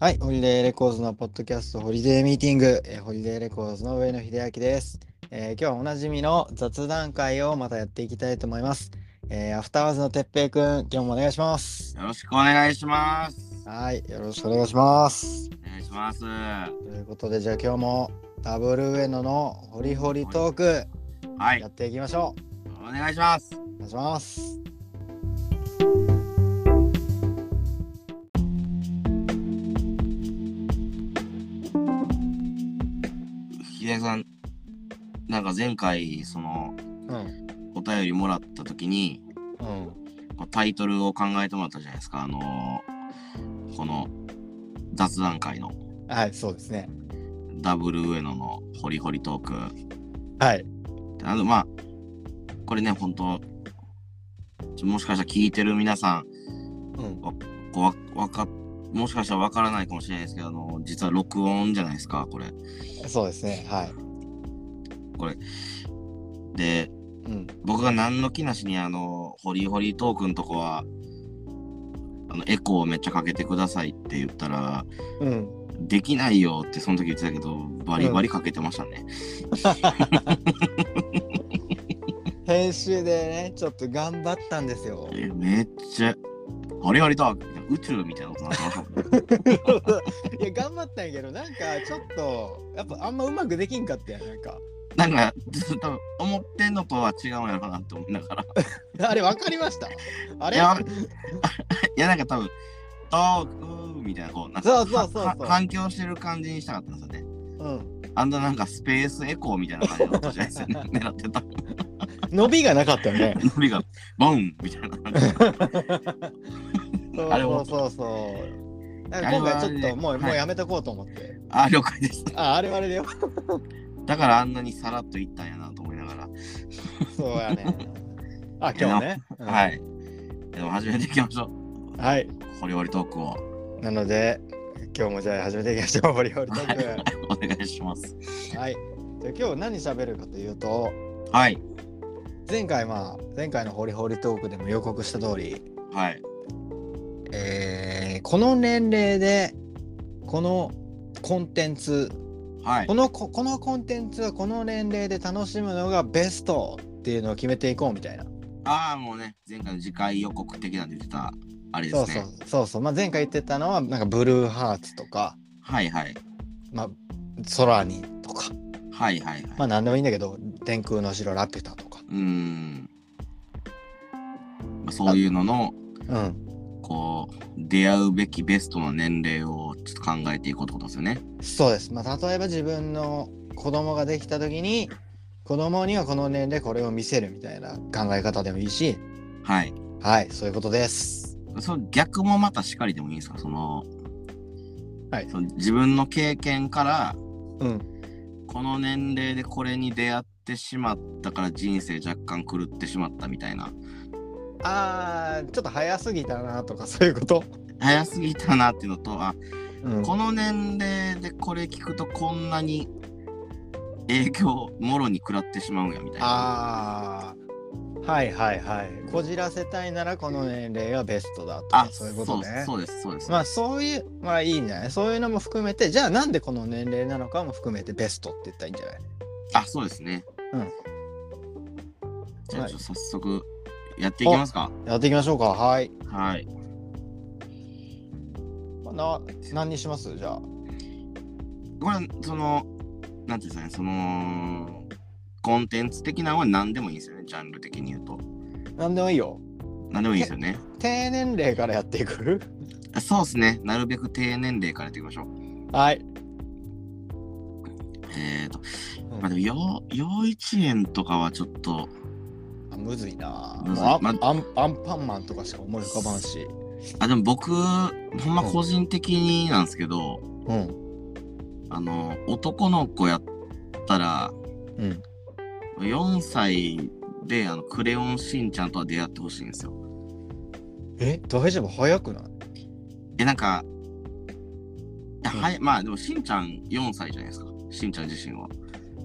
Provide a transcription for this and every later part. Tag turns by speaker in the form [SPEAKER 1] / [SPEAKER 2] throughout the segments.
[SPEAKER 1] はい、ホリデーレコーズのポッドキャスト、ホリデーミーティング、えーホリデーレコーズの上野秀明です、えー今日はおなじみの雑談会をまたやっていきたいと思います。えーアフターワーズのてっぺいくん、今日もお願いします。
[SPEAKER 2] よろしくお願いします。
[SPEAKER 1] はい、よろしくお願いします。
[SPEAKER 2] お願いします。は
[SPEAKER 1] ということで、じゃあ今日もダブル上野のホリホリトーク、
[SPEAKER 2] い、
[SPEAKER 1] やっていきましょ
[SPEAKER 2] お願いします。
[SPEAKER 1] う。お願いします。
[SPEAKER 2] 秀明さん、なんか前回その
[SPEAKER 1] うん、
[SPEAKER 2] お便りもらった時に
[SPEAKER 1] うん、
[SPEAKER 2] こうタイトルを考えてもらったじゃないですか。あのーこの雑談会の
[SPEAKER 1] はい、そうですね。
[SPEAKER 2] ダブル上野のホリホリトーク。
[SPEAKER 1] はい、
[SPEAKER 2] であのまあこれね本当ちょもしかしたら聞いてる皆さん
[SPEAKER 1] うん、
[SPEAKER 2] こうわわかもしかしたらわからないかもしれないですけどあの実は録音じゃないですかこれ。
[SPEAKER 1] そうですね。はい、
[SPEAKER 2] で
[SPEAKER 1] うん、
[SPEAKER 2] 僕が何の気なしにあのホリホリトークのとこはあのエコーをめっちゃかけてくださいって言ったら
[SPEAKER 1] うん、
[SPEAKER 2] できないよってその時言ってたけどバリバリかけてましたね、
[SPEAKER 1] 編集でね、ちょっと頑張ったんですよ。
[SPEAKER 2] えめっちゃホリホリトークみたいな宇宙みたいなことになってましたもん
[SPEAKER 1] いや頑張ったんやけどなんかちょっとやっぱあんまうまくできんかったやんなんか
[SPEAKER 2] なんかちょっと思ってんのとは違うんやろなって思いながら
[SPEAKER 1] あれ分かりましたあ
[SPEAKER 2] い
[SPEAKER 1] れ
[SPEAKER 2] やいやなんか多分トークみたいなこうなんか
[SPEAKER 1] そうそうそうそう
[SPEAKER 2] はは反響してる感じにしたかったんですよね
[SPEAKER 1] うん
[SPEAKER 2] あんななんかスペースエコーみたいな感じのことじゃないですよね 狙ってた
[SPEAKER 1] 伸びがなかったよね
[SPEAKER 2] 指がボンみたいな。
[SPEAKER 1] そう
[SPEAKER 2] あれ
[SPEAKER 1] そう
[SPEAKER 2] も
[SPEAKER 1] そうそうだから今回ちょっともう,、
[SPEAKER 2] あ
[SPEAKER 1] もう
[SPEAKER 2] れはねはい
[SPEAKER 1] やめとこうと思って
[SPEAKER 2] あ、了解です。
[SPEAKER 1] ああれはあれだよ
[SPEAKER 2] だからあんなにさらっといったんやなと思いながら。
[SPEAKER 1] そうやねあ今日ね、うん
[SPEAKER 2] はい。でも始めていきましょう。
[SPEAKER 1] はい
[SPEAKER 2] ホリホリトークを
[SPEAKER 1] なので今日もじゃあ始めていきましょうホリホリトークは
[SPEAKER 2] お願いします。
[SPEAKER 1] い、で今日何喋るかというと
[SPEAKER 2] はい。
[SPEAKER 1] 前回まあ前回のホリホリトークでも予告した通り
[SPEAKER 2] はい。
[SPEAKER 1] えーこの年齢でこのコンテンツ
[SPEAKER 2] はい
[SPEAKER 1] こ。のここのコンテンツはこの年齢で楽しむのがベストっていうのを決めていこうみたいな、
[SPEAKER 2] ああ、もうね、前回の次回予告的なんで言ってた、あれで
[SPEAKER 1] そう
[SPEAKER 2] す
[SPEAKER 1] そ
[SPEAKER 2] ね
[SPEAKER 1] う。そうそう、まあ、前回言ってたのはなんかブルーハーツとか、
[SPEAKER 2] はいはい。
[SPEAKER 1] まあ、ソラニンとか、
[SPEAKER 2] はいはい
[SPEAKER 1] ま
[SPEAKER 2] は
[SPEAKER 1] あ、
[SPEAKER 2] い。
[SPEAKER 1] 何でもいいんだけど天空の城ラピュタとか、
[SPEAKER 2] うーん。まあそういうのの、
[SPEAKER 1] うん、
[SPEAKER 2] こう、出会うべきベストの年齢をちょっと考えていこうってことですよね。
[SPEAKER 1] そうです、まあ、例えば自分の子供ができた時に子供にはこの年齢これを見せるみたいな考え方でもいいし
[SPEAKER 2] はい。
[SPEAKER 1] はいそういうことです。
[SPEAKER 2] その逆もまたしかりでもいいんですかその、
[SPEAKER 1] はい
[SPEAKER 2] その自分の経験から
[SPEAKER 1] うん
[SPEAKER 2] この年齢でこれに出会ってしまったから人生若干狂ってしまったみたいな
[SPEAKER 1] あーちょっと早すぎたなとかそういうこと、
[SPEAKER 2] 早すぎたなっていうのとあ、
[SPEAKER 1] うん
[SPEAKER 2] この年齢でこれ聞くとこんなに影響もろに食らってしまうんやみたいな
[SPEAKER 1] あーはいはいはいこじらせたいならこの年齢がベストだとかそういうことね
[SPEAKER 2] そうそうですそうです
[SPEAKER 1] まあそういうまあいいんじゃないそういうのも含めてじゃあなんでこの年齢なのかも含めてベストって言ったらいいんじゃない
[SPEAKER 2] あそうですね
[SPEAKER 1] うん
[SPEAKER 2] じゃ
[SPEAKER 1] は
[SPEAKER 2] あ
[SPEAKER 1] い
[SPEAKER 2] ちょっと早速やっていきますか
[SPEAKER 1] やっていきましょうかはい
[SPEAKER 2] はい
[SPEAKER 1] な何にしますじゃあ
[SPEAKER 2] これそのなんていうんですかねそのコンテンツ的なのは何でもいいんですよねジャンル的に言うと
[SPEAKER 1] 何でもいいよ
[SPEAKER 2] 何でもいいですよね
[SPEAKER 1] 低年齢からやっていく
[SPEAKER 2] あそうですねなるべく低年齢からやっていきましょう
[SPEAKER 1] はい、
[SPEAKER 2] えっ、ー、と
[SPEAKER 1] うん
[SPEAKER 2] まあでも幼幼稚園とかはちょっと
[SPEAKER 1] あむずいな
[SPEAKER 2] むずい
[SPEAKER 1] あ、
[SPEAKER 2] ま
[SPEAKER 1] アンアンパンマンとかしか思い浮かばんし
[SPEAKER 2] あでも僕ほんま個人的になんですけど、
[SPEAKER 1] うん
[SPEAKER 2] あの男の子やったら
[SPEAKER 1] うん
[SPEAKER 2] 4歳であのクレヨンしんちゃんとは出会ってほしいんですよ
[SPEAKER 1] え大丈夫早くない
[SPEAKER 2] えなんかいや
[SPEAKER 1] うん
[SPEAKER 2] はいまあでもしんちゃん4歳じゃないですかしんちゃん自身は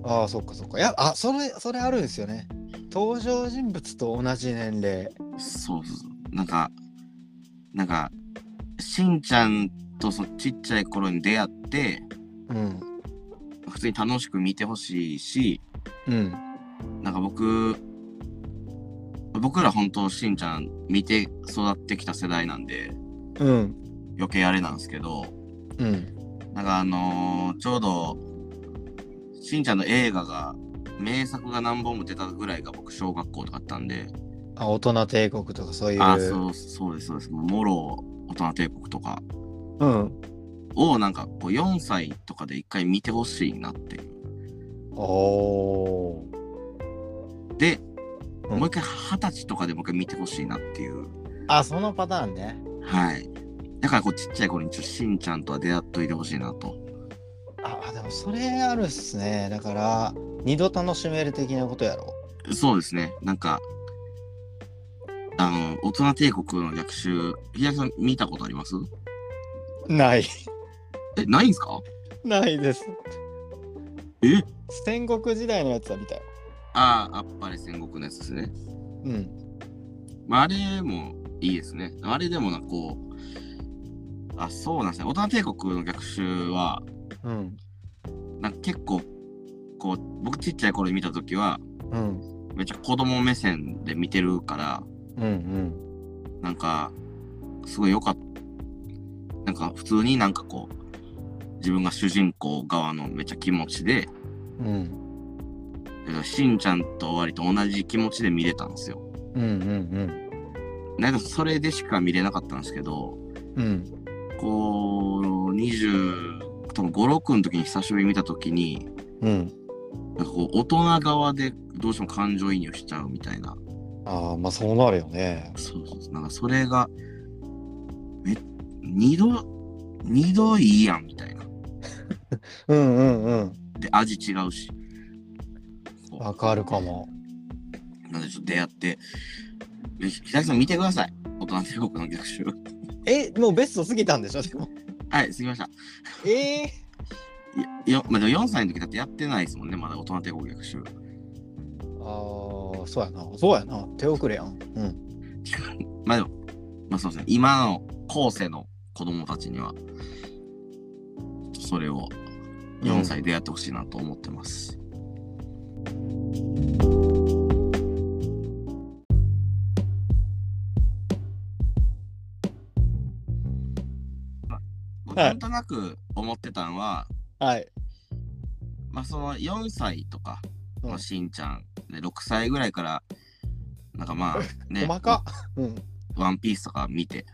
[SPEAKER 1] ああそっかそっかいやあそれそれあるんですよね登場人物と同じ年齢
[SPEAKER 2] そうそうそう。なんか、なんか、しんちゃんとそのちっちゃい頃に出会って
[SPEAKER 1] うん
[SPEAKER 2] 普通に楽しく見てほしいし
[SPEAKER 1] うん
[SPEAKER 2] なんか僕僕ら本当しんちゃん見て育ってきた世代なんで
[SPEAKER 1] うん
[SPEAKER 2] 余計あれなんですけど
[SPEAKER 1] うん
[SPEAKER 2] なんかあのーちょうどしんちゃんの映画が名作が何本も出たぐらいが僕小学校とかあったんで、
[SPEAKER 1] あ大人帝国とかそういう
[SPEAKER 2] ああそうそうですそうですもうモロ大人帝国とか
[SPEAKER 1] うん
[SPEAKER 2] をなんかこう4歳とかで一回見てほしいなって
[SPEAKER 1] おお
[SPEAKER 2] で、
[SPEAKER 1] うん
[SPEAKER 2] もう一回二十歳とかでもう一回見てほしいなっていう
[SPEAKER 1] あそのパターンね
[SPEAKER 2] はいだからこうちっちゃい頃にちょっとしんちゃんとは出会っといてほしいなと
[SPEAKER 1] ああでもそれあるっすねだから二度楽しめる的なことやろ
[SPEAKER 2] そうですねなんかあの大人帝国の逆襲平木さん見たことあります
[SPEAKER 1] ない
[SPEAKER 2] えないんすか
[SPEAKER 1] ないです
[SPEAKER 2] え
[SPEAKER 1] 戦国時代のやつは見たよ
[SPEAKER 2] あああっぱれ戦国のやつですね
[SPEAKER 1] うん
[SPEAKER 2] まあ、あれもいいですね。あれでもな、こう、あ、そうなんですね。大人帝国の逆襲は、
[SPEAKER 1] うん
[SPEAKER 2] なんか結構、こう、僕ちっちゃい頃に見たときは、
[SPEAKER 1] うん
[SPEAKER 2] めっちゃ子供目線で見てるから、
[SPEAKER 1] うんうん
[SPEAKER 2] なんか、すごい良かった。なんか、普通になんかこう、自分が主人公側のめっちゃ気持ちで、
[SPEAKER 1] うん
[SPEAKER 2] だからしんちゃんと割と同じ気持ちで見れたんですよ。
[SPEAKER 1] うんうん
[SPEAKER 2] なんかそれでしか見れなかったんですけど、
[SPEAKER 1] うんうん
[SPEAKER 2] こう20多分56の時に久しぶりに見た時に
[SPEAKER 1] うん
[SPEAKER 2] なんかこう大人側でどうしても感情移入しちゃうみたいな
[SPEAKER 1] ああまあそうなるよね
[SPEAKER 2] そうそうそうなんかそれがめ二度二度いいやんみたいな
[SPEAKER 1] うんうんうん
[SPEAKER 2] で味違うしこう
[SPEAKER 1] わかるかも
[SPEAKER 2] なんでちょっと出会ってで平木さん見てください大人帝国の逆襲
[SPEAKER 1] えもうベスト過ぎたんでしょでも
[SPEAKER 2] はいすぎました
[SPEAKER 1] ええ
[SPEAKER 2] いやよ、まあ、でも4歳の時だってやってないですもんねまだ大人帝国逆襲
[SPEAKER 1] ああそうやなそうやな手遅れやんうん
[SPEAKER 2] まあでも、まあそうですね、今の後世の子供たちには、それを4歳でやってほしいなと思ってます。まあ
[SPEAKER 1] はい
[SPEAKER 2] なんとなく思ってたのは、
[SPEAKER 1] はい
[SPEAKER 2] まあその4歳とか、
[SPEAKER 1] うん
[SPEAKER 2] まあしんちゃんで6歳ぐらいから、なんかまあね、
[SPEAKER 1] 細かっうん
[SPEAKER 2] ワンピースとか見て、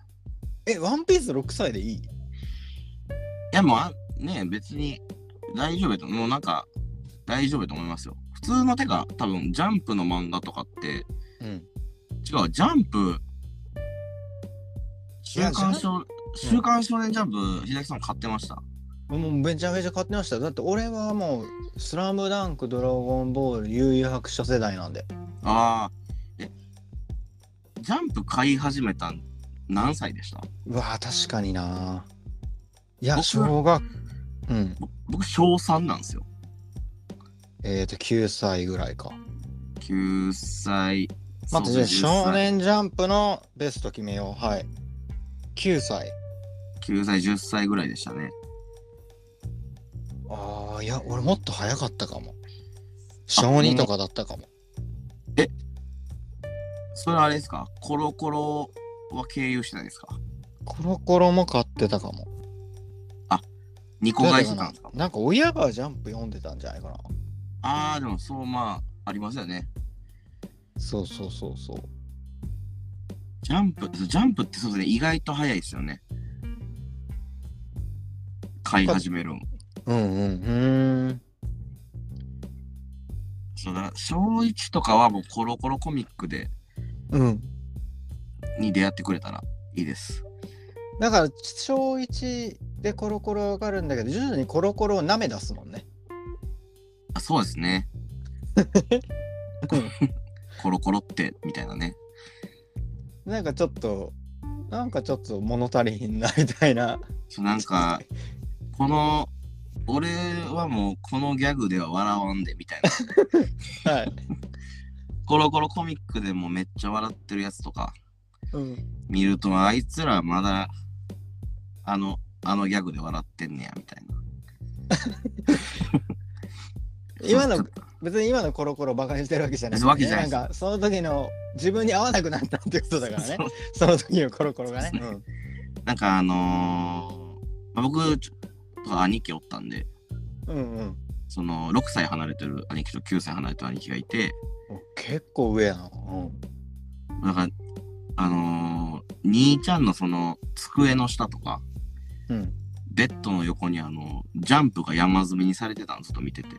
[SPEAKER 1] えワンピース6歳でいい
[SPEAKER 2] いやもうあね別に大丈夫やともうなんか大丈夫やと思いますよ普通のてか多分ジャンプの漫画とかって
[SPEAKER 1] うん
[SPEAKER 2] 違うジャンプ週刊少週刊少年ジャンプ秀樹さん買ってました
[SPEAKER 1] もうめちゃめちゃ買ってましたよだって俺はもう「スラムダンクドラゴンボール悠々白書世代なんで
[SPEAKER 2] ああえジャンプ買い始めたん何歳でした
[SPEAKER 1] うわー確かにないや
[SPEAKER 2] 僕
[SPEAKER 1] 小学うん
[SPEAKER 2] ぼ僕小3なんですよ
[SPEAKER 1] えっ、ー、と9歳ぐらいか
[SPEAKER 2] 9歳
[SPEAKER 1] 待ってじゃ
[SPEAKER 2] そう
[SPEAKER 1] あ少
[SPEAKER 2] 10歳
[SPEAKER 1] 年ジャンプのベスト決めようはい9歳
[SPEAKER 2] 9歳10歳ぐらいでしたね
[SPEAKER 1] あーいや俺もっと早かったかも小2とかだったかも
[SPEAKER 2] それあれですかコロコロは経由してないですか
[SPEAKER 1] コロコロも買ってたかも
[SPEAKER 2] 2個買いしてたんですか
[SPEAKER 1] なんか親がジャンプ読んでたんじゃないかな
[SPEAKER 2] ああ、でもそう、まあ、ありますよね。
[SPEAKER 1] そうそうそうそう
[SPEAKER 2] ジャンプ、そうジャンプってそうですね、意外と早いですよね。買い始めるん。
[SPEAKER 1] うんうんうーん
[SPEAKER 2] そうだ、小1とかはもうコロコロコミックで、
[SPEAKER 1] うん
[SPEAKER 2] に出会ってくれたらいいです。
[SPEAKER 1] だから小1でコロコロわかるんだけど徐々にコロコロを舐め出すもんね。
[SPEAKER 2] あそうです ね。コロコロって、みたいなね。
[SPEAKER 1] なんかちょっとなんかちょっと物足りひんなみたいな。
[SPEAKER 2] そうなんか、この、俺はもうこのギャグでは笑わんで、みたい な。
[SPEAKER 1] はい。
[SPEAKER 2] コロコロコミックでもめっちゃ笑ってるやつとか。
[SPEAKER 1] うん、
[SPEAKER 2] 見るとあいつらまだあのあのギャグで笑ってんねやみたいな
[SPEAKER 1] 今の
[SPEAKER 2] そうちょっ
[SPEAKER 1] 別に今のコロコロバカにしてるわけじゃない、
[SPEAKER 2] わけじゃないです
[SPEAKER 1] んかその時の自分に合わなくなったってことだからね
[SPEAKER 2] そ
[SPEAKER 1] そ
[SPEAKER 2] う
[SPEAKER 1] の時のコロコロがね
[SPEAKER 2] そうですなんかあのーまあ僕ちょとか兄貴おったんで
[SPEAKER 1] うん、うんうん
[SPEAKER 2] その6歳離れてる兄貴と9歳離れてる兄貴がいて
[SPEAKER 1] お結構上やな、うん、
[SPEAKER 2] だからあのー兄ちゃんのその机の下とか
[SPEAKER 1] うん
[SPEAKER 2] ベッドの横にあのジャンプが山積みにされてたんずっと見てて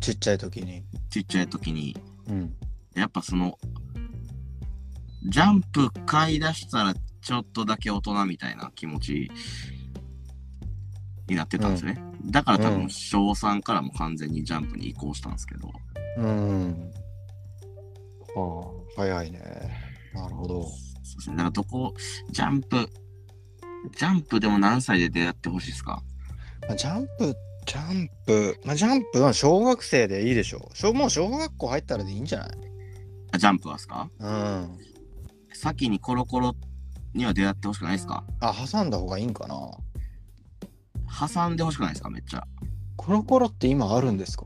[SPEAKER 1] ちっちゃい時に
[SPEAKER 2] ちっちゃい時に
[SPEAKER 1] うん
[SPEAKER 2] やっぱそのジャンプ買い出したらちょっとだけ大人みたいな気持ちになってたんですね、だから多
[SPEAKER 1] う
[SPEAKER 2] 分
[SPEAKER 1] ん
[SPEAKER 2] 小3からも完全にジャンプに移行したんですけど、
[SPEAKER 1] うんはあ早いねなるほど
[SPEAKER 2] そうですね。だからどこ、ジャンプ、ジャンプでも何歳で出会ってほしいですか
[SPEAKER 1] まあジャンプ、ジャンプ、まあ、ジャンプは小学生でいいでしょう。小もう小学校入ったらでいいんじゃない
[SPEAKER 2] あジャンプはですか
[SPEAKER 1] うん。あ、
[SPEAKER 2] 先にコロコロには出会ってほしくないですか
[SPEAKER 1] 挟んだ方がいいんかな。
[SPEAKER 2] 挟んでほしくないですかめっちゃ。
[SPEAKER 1] コロコロって今あるんですか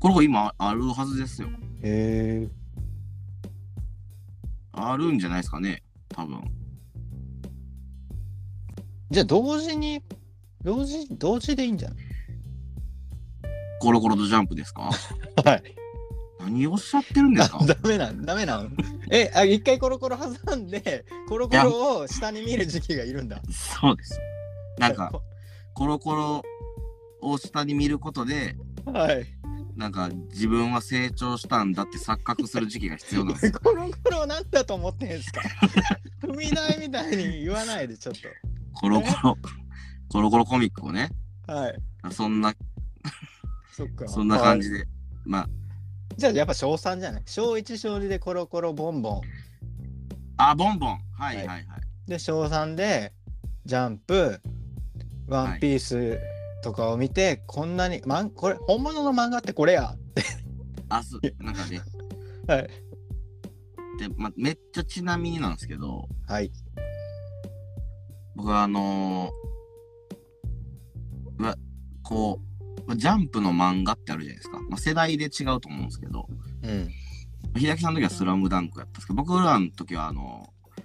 [SPEAKER 2] コロコロ今あるはずですよ。
[SPEAKER 1] へえ。
[SPEAKER 2] あるんじゃないですかね多分。
[SPEAKER 1] じゃあ同時に、同時、同時でいいんじゃない
[SPEAKER 2] コロコロとジャンプですか
[SPEAKER 1] はい。
[SPEAKER 2] 何をおっしゃってるんですか
[SPEAKER 1] ダメなん、ダメなん。え、あ、一回コロコロ挟んで、コロコロを下に見る時期がいるんだ。
[SPEAKER 2] そうです。なんか、コロコロを下に見ることで、
[SPEAKER 1] はい。
[SPEAKER 2] なんか自分は成長したんだって錯覚する時期が必要な んですよ。
[SPEAKER 1] コロコロなんだと思ってんですか 踏み台みたいに言わないで、ちょっ
[SPEAKER 2] コロコロ、コロコロコミックをね、
[SPEAKER 1] と。はい。
[SPEAKER 2] そんな
[SPEAKER 1] そっか。
[SPEAKER 2] そんな感じで、まあ
[SPEAKER 1] じゃあやっぱ小3じゃない小1小2でコロコロボンボン、
[SPEAKER 2] あ、ボンボン。はいは
[SPEAKER 1] はい
[SPEAKER 2] いはい。
[SPEAKER 1] で小3でジャンプワンピースとかを見て、こんなに、まん、これ本物の漫画ってこれや
[SPEAKER 2] 明日、なんかね。
[SPEAKER 1] はい。
[SPEAKER 2] で、まあ、めっちゃちなみになんですけど、
[SPEAKER 1] はい
[SPEAKER 2] 僕はあのー、うわ、こう、まあジャンプの漫画ってあるじゃないですか。まあ、世代で違うと思うんですけど、
[SPEAKER 1] うん
[SPEAKER 2] ひらきさんの時はスラムダンクやったんですけど、僕らの時はあのー、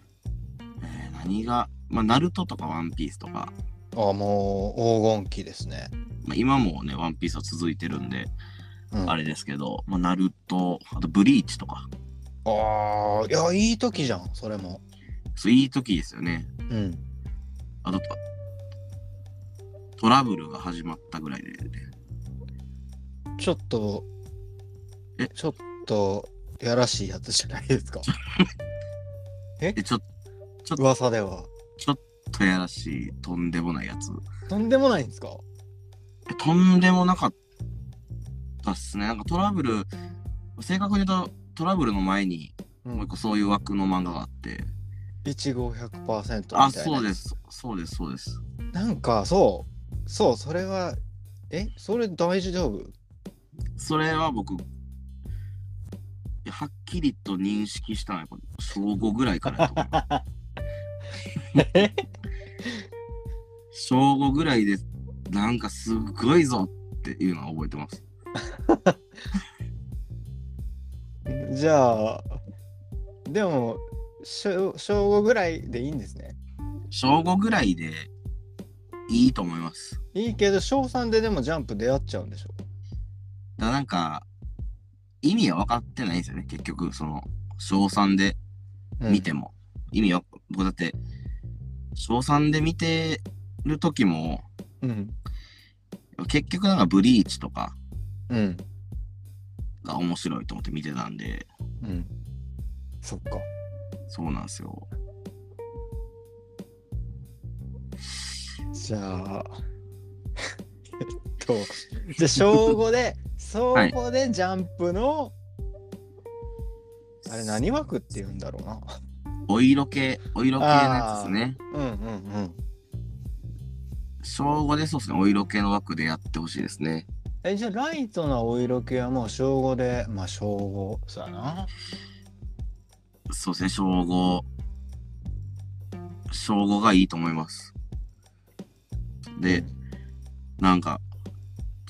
[SPEAKER 2] えー何が、まあ、ナルトとかワンピースとか、
[SPEAKER 1] あもう黄金期ですね、
[SPEAKER 2] まあ、今もね、ワンピースは続いてるんで、
[SPEAKER 1] うん、
[SPEAKER 2] あれですけど、まあ、ナルト、あとブリーチとか、
[SPEAKER 1] あーいやいい時じゃんそれも
[SPEAKER 2] そういい時ですよね。
[SPEAKER 1] うん
[SPEAKER 2] あと、トラブルが始まったぐらいで、
[SPEAKER 1] ちょっと
[SPEAKER 2] え
[SPEAKER 1] ちょっとやらしいやつじゃないですか
[SPEAKER 2] でちょっ
[SPEAKER 1] 噂では
[SPEAKER 2] とやらしい、とんでもないやつ。
[SPEAKER 1] とんでもないんですか
[SPEAKER 2] とんでもなかったっすね。なんかトラブル、正確に言うとトラブルの前に、
[SPEAKER 1] うん
[SPEAKER 2] もう一個そういう枠の漫画があって、
[SPEAKER 1] 15100%みたいな
[SPEAKER 2] あ、そうです、そうです、そうです。
[SPEAKER 1] なんかそうそうそれはえそれ大丈 夫
[SPEAKER 2] それは僕、いやはっきりと認識したのは、小5ぐらいからや と思う
[SPEAKER 1] え
[SPEAKER 2] 小5ぐらいで、なんかすごいぞっていうのは覚えてます。
[SPEAKER 1] じゃあでも小小5ぐらいでいいんですね
[SPEAKER 2] 小5ぐらいでいいと思います。
[SPEAKER 1] いいけど小3ででもジャンプ出会っちゃうんでしょ
[SPEAKER 2] だからなんか、意味は分かってないんですよね、結局、その、小3で見ても。意味は、僕だって、小3で見てる時も、
[SPEAKER 1] うん
[SPEAKER 2] 結局なんかブリーチとか
[SPEAKER 1] うん
[SPEAKER 2] が面白いと思って見てたんで、
[SPEAKER 1] うんそっか
[SPEAKER 2] そうなんですよ。
[SPEAKER 1] じゃあ えっとじゃあ小5で 小5でジャンプの、あれ何枠って言うんだろうな
[SPEAKER 2] お色系、お色系のやつですね。
[SPEAKER 1] うんうんうん
[SPEAKER 2] 小5でそうですね、お色系の枠でやってほしいですね。
[SPEAKER 1] えじゃあライトなお色気はもう小5でまあ小5そうやな
[SPEAKER 2] そうですね、小5。小5がいいと思います。で、なんか、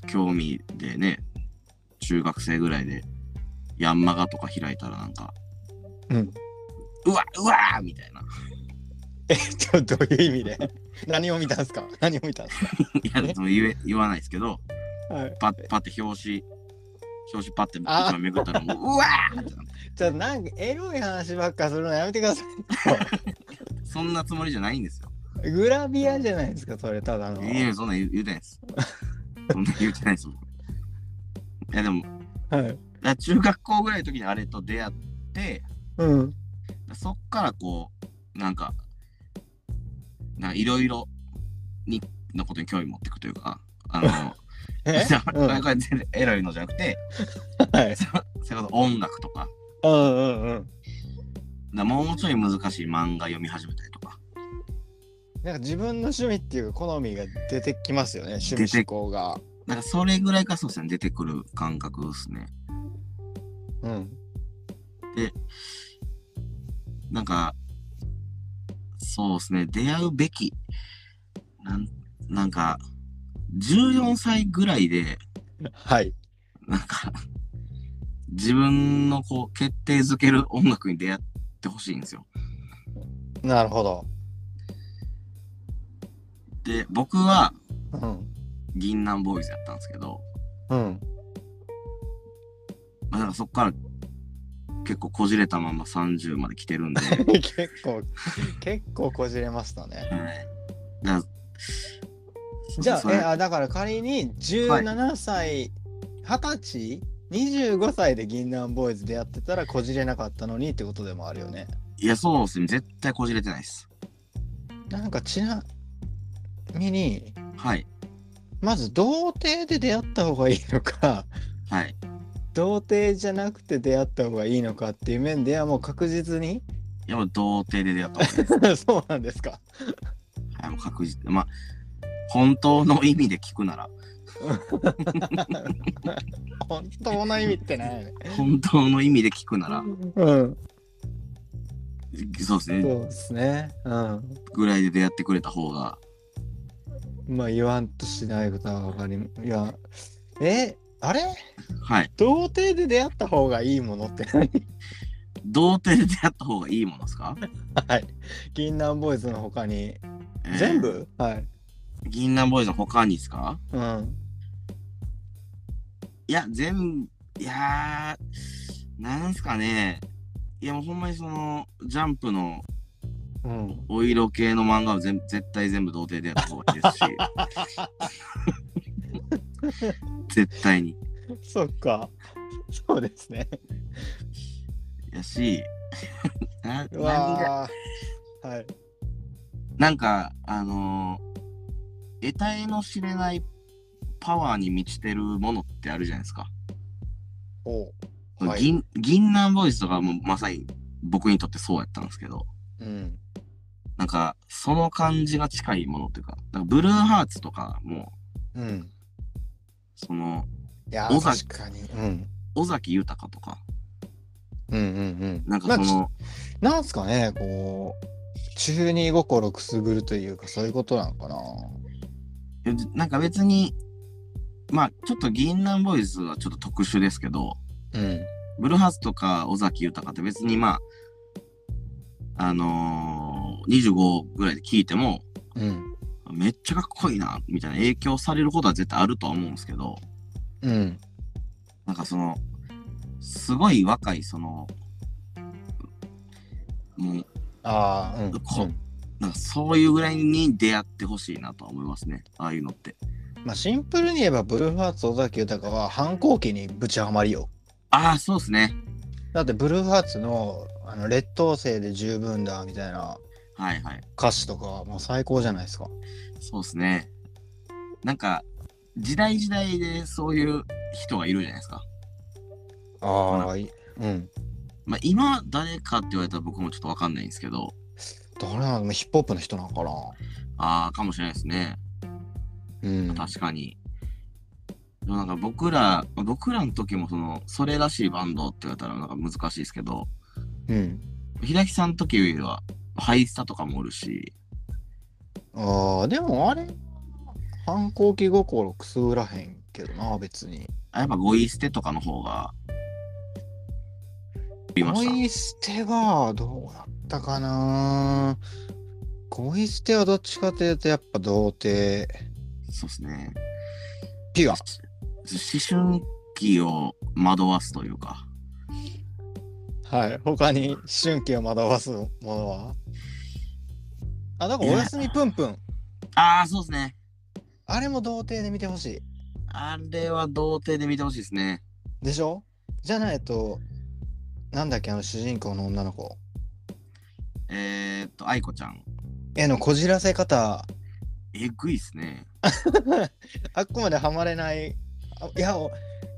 [SPEAKER 2] 興味でね、中学生ぐらいで、ヤンマガとか開いたらなんか、
[SPEAKER 1] うん。
[SPEAKER 2] うわうわーみたいな。
[SPEAKER 1] え、ちょっとどういう意味で 何を見たんですか何を見たんです
[SPEAKER 2] いや、その言え言わないですけど、
[SPEAKER 1] かはい。
[SPEAKER 2] パッ、パッて表紙、表紙パッて僕
[SPEAKER 1] あ
[SPEAKER 2] がめくったらもう、う わーってなって
[SPEAKER 1] じゃあなんかエロい話ばっかするのやめてくださ
[SPEAKER 2] そんなつもりじゃないんですよ。
[SPEAKER 1] い。グラビアじゃないですか、それただの。
[SPEAKER 2] いやいや、そんな言う言うてないです。そんな言うてないです、僕。いや、でも、
[SPEAKER 1] はい。
[SPEAKER 2] だから中学校ぐらいの時にあれと出会って
[SPEAKER 1] うん。
[SPEAKER 2] そっからこうなんかなんかいろいろにのことに興味持っていくというかあの
[SPEAKER 1] えうん
[SPEAKER 2] なんか全然エロいのじゃなくて
[SPEAKER 1] はい。
[SPEAKER 2] それこそ音楽とか
[SPEAKER 1] うんうんうん。
[SPEAKER 2] なもうちょい難しい漫画読み始めたりとか
[SPEAKER 1] なんか自分の趣味っていうか好みが出てきますよね、趣味
[SPEAKER 2] 出て
[SPEAKER 1] 思考が。
[SPEAKER 2] なんかそれぐらいからそうですね出てくる感覚ですね
[SPEAKER 1] うん。
[SPEAKER 2] なんかそうですね出会うべきなんなんか14歳ぐらいで、
[SPEAKER 1] はい。
[SPEAKER 2] なんか、自分のこう、決定づける音楽に出会ってほしいんですよ。
[SPEAKER 1] なるほど。
[SPEAKER 2] で、僕は、
[SPEAKER 1] うん。
[SPEAKER 2] 銀杏ボーイズやったんですけど、
[SPEAKER 1] うん。
[SPEAKER 2] まあ、なんかそこから、結構こじれたまま30まで来てる んで、はい。
[SPEAKER 1] 結構、結構こじれましたね。
[SPEAKER 2] だから
[SPEAKER 1] じゃ
[SPEAKER 2] そ
[SPEAKER 1] あ、
[SPEAKER 2] れ
[SPEAKER 1] えあだから仮に17歳、20歳、25歳で銀杏ボーイズでやってたらこじれなかったのにってことでもあるよね。
[SPEAKER 2] いや、そうですね。絶対こじれてないです。
[SPEAKER 1] なんかちなみに、
[SPEAKER 2] はい。
[SPEAKER 1] まず童貞で出会った方がいいのか、
[SPEAKER 2] はい。
[SPEAKER 1] 童貞じゃなくて出会った方がいいのかっていう面ではもう確実 に
[SPEAKER 2] いや、もう童貞で出会った方が いいです。
[SPEAKER 1] そうなんです か。
[SPEAKER 2] はい、もう確実。まあ、本当の意味で聞く なら、
[SPEAKER 1] 本当の意味ってないよね。
[SPEAKER 2] 本当の意味で聞くなら、
[SPEAKER 1] うん、
[SPEAKER 2] そうですね。
[SPEAKER 1] そうですね。うん。
[SPEAKER 2] ぐらいで出会ってくれた方が、
[SPEAKER 1] まあ言わんとしないことはわかり、いや、え、あれ
[SPEAKER 2] はい。
[SPEAKER 1] 童貞で出会った方がいいもの って何
[SPEAKER 2] 童貞で出会った方がいいものですか、
[SPEAKER 1] はい。銀杏ボーイズの他に。
[SPEAKER 2] えー
[SPEAKER 1] 全部はい。
[SPEAKER 2] 銀杏ボーイズの他にですか
[SPEAKER 1] うん。
[SPEAKER 2] いや、全部、いやー、なんすかね。いや、もうほんまにその、ジャンプの
[SPEAKER 1] うん。
[SPEAKER 2] お色系の漫画は全絶対全部童貞でやった方がいいですし。 絶対に。
[SPEAKER 1] そっか。そうですね。
[SPEAKER 2] やし、な
[SPEAKER 1] う
[SPEAKER 2] 何が
[SPEAKER 1] わーはい。
[SPEAKER 2] なんか、あのー、得体の知れないパワーに満ちてるものってあるじゃないですか。
[SPEAKER 1] おう。はい
[SPEAKER 2] 銀銀杏ボーイズとかもまさに僕にとってそうやったんですけど、
[SPEAKER 1] うん。
[SPEAKER 2] なんかその感じが近いものというか、なんかブルーハーツとかも、
[SPEAKER 1] うん。
[SPEAKER 2] その
[SPEAKER 1] いや
[SPEAKER 2] 尾
[SPEAKER 1] ー、
[SPEAKER 2] 崎
[SPEAKER 1] 確かに。うん。
[SPEAKER 2] 尾崎豊とか、
[SPEAKER 1] うんうんうん。
[SPEAKER 2] なんかそ
[SPEAKER 1] まあ
[SPEAKER 2] の、
[SPEAKER 1] ちなんすかね、こう、中二心くすぐるというか、そういうことなのかな。
[SPEAKER 2] えなんか別に、まあちょっと銀杏ボーイズはちょっと特殊ですけど、
[SPEAKER 1] うん。
[SPEAKER 2] ブルーハーツとか尾崎豊って別にまあ、あのー、25ぐらいで聞いても、
[SPEAKER 1] うん。
[SPEAKER 2] めっちゃかっこいいな、みたいな影響されることは絶対あるとは思うんですけど、
[SPEAKER 1] うん。
[SPEAKER 2] なんかその、すごい若い、その、もう、
[SPEAKER 1] ああ、うん。
[SPEAKER 2] こ
[SPEAKER 1] うん
[SPEAKER 2] なんかそういうぐらいに出会ってほしいなとは思いますね。ああいうのって。
[SPEAKER 1] まあ、シンプルに言えば、ブルーハーツ、尾崎豊は反抗期にぶちはまりよ。
[SPEAKER 2] ああ、そうですね。
[SPEAKER 1] だってブルーハーツのあの劣等生で十分だみたいな
[SPEAKER 2] はいはい。
[SPEAKER 1] 歌詞とかもう最高じゃないですか。
[SPEAKER 2] そうですね。なんか、時代時代でそういう人がいるじゃないですか。
[SPEAKER 1] あ
[SPEAKER 2] あ
[SPEAKER 1] あ、いうん。
[SPEAKER 2] まあ今、誰かって言われたら僕もちょっとわかんないんですけど、
[SPEAKER 1] 誰なのヒップホップの人なのかな。
[SPEAKER 2] ああ、かもしれないですね。
[SPEAKER 1] うん。
[SPEAKER 2] 確かに。でもなんか僕ら、僕らの時もその、それらしいバンドって言われたらなんか難しいですけど、
[SPEAKER 1] うん。
[SPEAKER 2] 平木さんの時よりはハイスタとかもおるし
[SPEAKER 1] ああ、でもあれ、反抗期心くすぐらへんけどな、別に。
[SPEAKER 2] あやっぱゴイ捨てとかの方が、見ま
[SPEAKER 1] ゴ
[SPEAKER 2] した。
[SPEAKER 1] イ捨てはどうだったかなゴイ捨てはどっちかというとやっぱ童貞。
[SPEAKER 2] そうですね。
[SPEAKER 1] ピュア。
[SPEAKER 2] 思春期を惑わすというか、
[SPEAKER 1] はい。他に思春期を惑わすものはあ、なんかおやすみぷんぷん。
[SPEAKER 2] ああ、そうですね。
[SPEAKER 1] あれも童貞で見てほしい。
[SPEAKER 2] あれは童貞で見てほしいですね。
[SPEAKER 1] でしょじゃないと、なんだっけ、あの主人公の女の子。
[SPEAKER 2] えー、っと、愛子ちゃん。
[SPEAKER 1] 絵のこじらせ方。
[SPEAKER 2] えぐいっすね。
[SPEAKER 1] あっこまでハマれない。あいや、お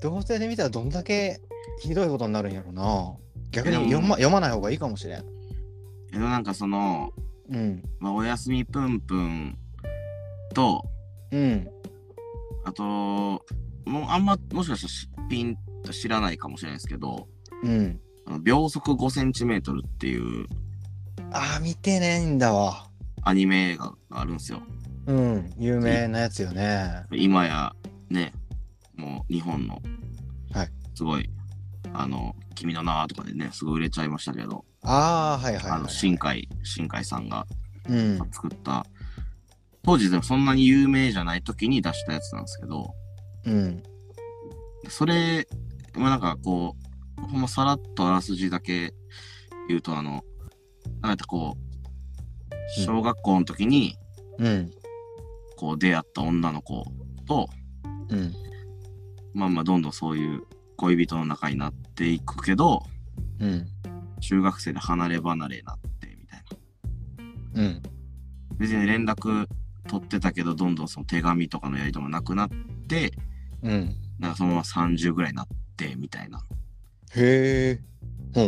[SPEAKER 1] 童貞で見たらどんだけひどいことになるんやろな。逆に
[SPEAKER 2] いや
[SPEAKER 1] 読ま読まない方がいいかもしれん。
[SPEAKER 2] えでもなんかその、
[SPEAKER 1] うん。
[SPEAKER 2] まあ、おやすみぷんぷんと、
[SPEAKER 1] うん。
[SPEAKER 2] あと、もうあんま、もしかしたらしピンと知らないかもしれないですけど、
[SPEAKER 1] うん。
[SPEAKER 2] あの秒速5センチメートルっていう
[SPEAKER 1] あー、見てねえんだわ。
[SPEAKER 2] アニメ映画があるんですよ。
[SPEAKER 1] うん。有名なやつよね。
[SPEAKER 2] 今や、ね、もう日本の、
[SPEAKER 1] はい
[SPEAKER 2] すごい、あの、君の名はとかでね、すごい売れちゃいましたけど、
[SPEAKER 1] あー、はいはい、はい。
[SPEAKER 2] あの、新海、新海さんが
[SPEAKER 1] うん。
[SPEAKER 2] 作った、当時でもそんなに有名じゃない時に出したやつなんですけど、
[SPEAKER 1] うん。
[SPEAKER 2] それ、まあ、なんかこう、ほんまさらっとあらすじだけ言うと、あの、なんかこう、
[SPEAKER 1] うん
[SPEAKER 2] 小学校の時に、
[SPEAKER 1] うん。
[SPEAKER 2] こう出会った女の子と、
[SPEAKER 1] うん。
[SPEAKER 2] まあまあどんどんそういう恋人の仲になっていくけど、
[SPEAKER 1] うん。
[SPEAKER 2] 中学生で離れ離れになってみたいな。
[SPEAKER 1] うん。
[SPEAKER 2] 別に連絡取ってたけど、どんどんその手紙とかのやりとりもなくなって、
[SPEAKER 1] うん。
[SPEAKER 2] なんかそのまま30ぐらいになってみたいな。
[SPEAKER 1] へえ。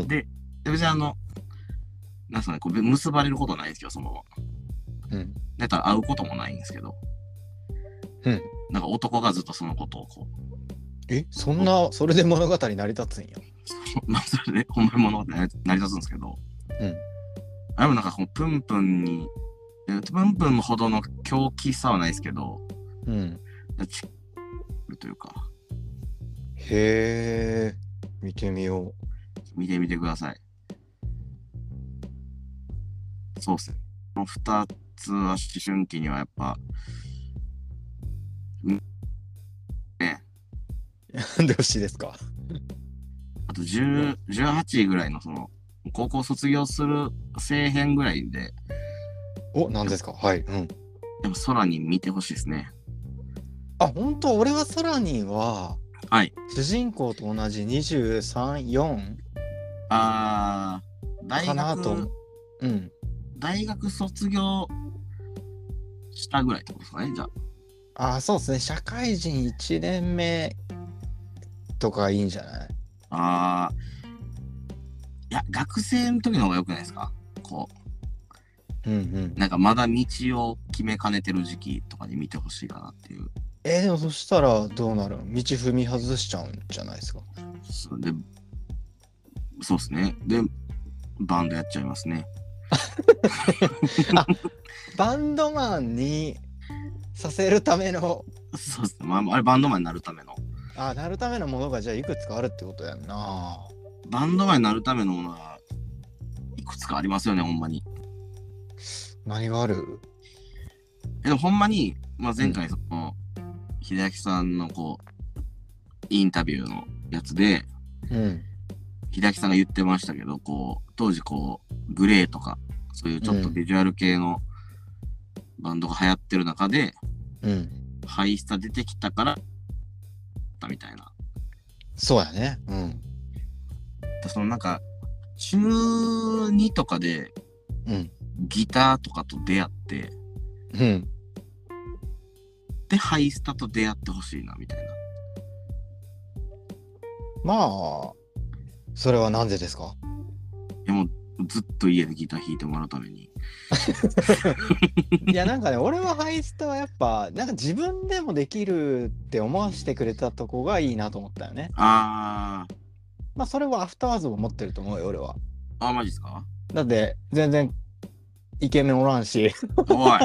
[SPEAKER 2] で別にあの、なんすかね、こう結ばれることはないんですけど、そのまま。
[SPEAKER 1] うん。
[SPEAKER 2] だったら会うこともないんですけど、
[SPEAKER 1] うん。
[SPEAKER 2] なんか男がずっとそのことをこ
[SPEAKER 1] え、そんな、それで物語成り立つんや。
[SPEAKER 2] う、 まあそれで本物で成り立つんですけど、
[SPEAKER 1] うん。
[SPEAKER 2] あれもなんかこのプンプンに、えプンプンほどの狂気さはないですけど、
[SPEAKER 1] うん。
[SPEAKER 2] ちというか、
[SPEAKER 1] へえ。見てみよ
[SPEAKER 2] 見てみてください。そうっすね。この二つは思春期にはやっぱ、んね、
[SPEAKER 1] う。 なんで欲しいですか。
[SPEAKER 2] あと10 18ぐらいのその、高校卒業する生編ぐらいで、
[SPEAKER 1] お、なんですか。はい。うん。
[SPEAKER 2] でも空に見てほしいですね。
[SPEAKER 1] あ、本当俺はソラニンは、
[SPEAKER 2] はい。
[SPEAKER 1] 主人公と同じ23、4
[SPEAKER 2] あー、大
[SPEAKER 1] かなと
[SPEAKER 2] 学
[SPEAKER 1] 思、う。うん。
[SPEAKER 2] 大学卒業したぐらいってことですかね、じゃあ。
[SPEAKER 1] あ、そうですね。社会人1年目とかいいんじゃない
[SPEAKER 2] あー、いや、学生の時の方が良くないですかこ
[SPEAKER 1] うんうん
[SPEAKER 2] う、。なんかまだ道を決めかねてる時期とかに見てほしいかなっていう。
[SPEAKER 1] えーでもそしたらどうなるん道踏み外しちゃうんじゃないですか。
[SPEAKER 2] そうで、そうですね。で、バンドやっちゃいますね。
[SPEAKER 1] バンドマンにさせるための、
[SPEAKER 2] そうですね。まあ、あれバンドマンになるための。
[SPEAKER 1] あ、なるためのものがじゃあいくつかあるってことやんな。
[SPEAKER 2] バンドマンになるためのものはいくつかありますよね、ほんまに。
[SPEAKER 1] 何がある
[SPEAKER 2] えでもほんまに、まあ、前回その、秀明さんのこうインタビューのやつで
[SPEAKER 1] うん。
[SPEAKER 2] 秀明さんが言ってましたけどこう当時こうグレーとかそういうちょっとビジュアル系のバンドが流行ってる中で、
[SPEAKER 1] うん。
[SPEAKER 2] ハイスタ出てきたからだみたいな
[SPEAKER 1] そうやね。うん。
[SPEAKER 2] そのなんか中2とかで
[SPEAKER 1] うん。
[SPEAKER 2] ギターとかと出会って
[SPEAKER 1] うん。
[SPEAKER 2] でハイスタと出会ってほしいなみたいな
[SPEAKER 1] まあ、それはなんでですか
[SPEAKER 2] いやもうずっと家でギター弾いてもらうために
[SPEAKER 1] いやなんかね、俺はハイスタはやっぱ、なんか自分でもできるって思わせてくれたとこがいいなと思ったよね。
[SPEAKER 2] あー
[SPEAKER 1] まあそれはアフターワーズも持ってると思うよ、俺は。
[SPEAKER 2] あーマジですか
[SPEAKER 1] だ って、全然イケメンおらんし。
[SPEAKER 2] おい。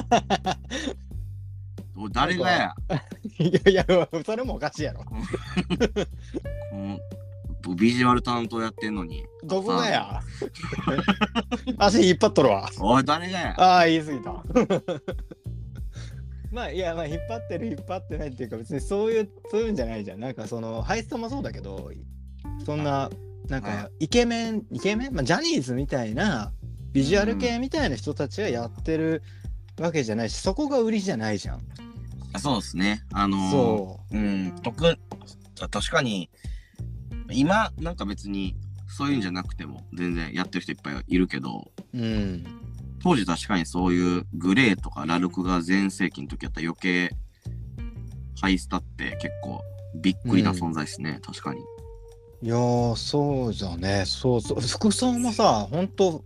[SPEAKER 2] お誰がや、
[SPEAKER 1] いやいや、それもおかしいやろ。
[SPEAKER 2] このぼビジュアル担当やってんのに。
[SPEAKER 1] どこがや 足引っ張っとるわ。
[SPEAKER 2] おい、誰がや
[SPEAKER 1] ああ、言い過ぎた。 まあいやまあ引っ張ってる引っ張ってないっていうか別にそういうそういうんじゃないじゃんなんかそのハイストもそうだけどそんななんか
[SPEAKER 2] は
[SPEAKER 1] イケメンイケメン、まあ、ジャニーズみたいなビジュアル系みたいな人たちがやってるわけじゃないしそこが売りじゃないじゃん、
[SPEAKER 2] あそうですね。あのー、。
[SPEAKER 1] そう
[SPEAKER 2] ん、特、た確かに、今、なんか別に、そういうんじゃなくても、全然やってる人いっぱいいるけど、
[SPEAKER 1] ううん
[SPEAKER 2] 当時確かにそういうグレーとかラルクが全盛期の時やったら余計、ハイスタって結構びっくりな存在ですね、確かに。
[SPEAKER 1] いやーそうじゃねそうそう服装もさほんと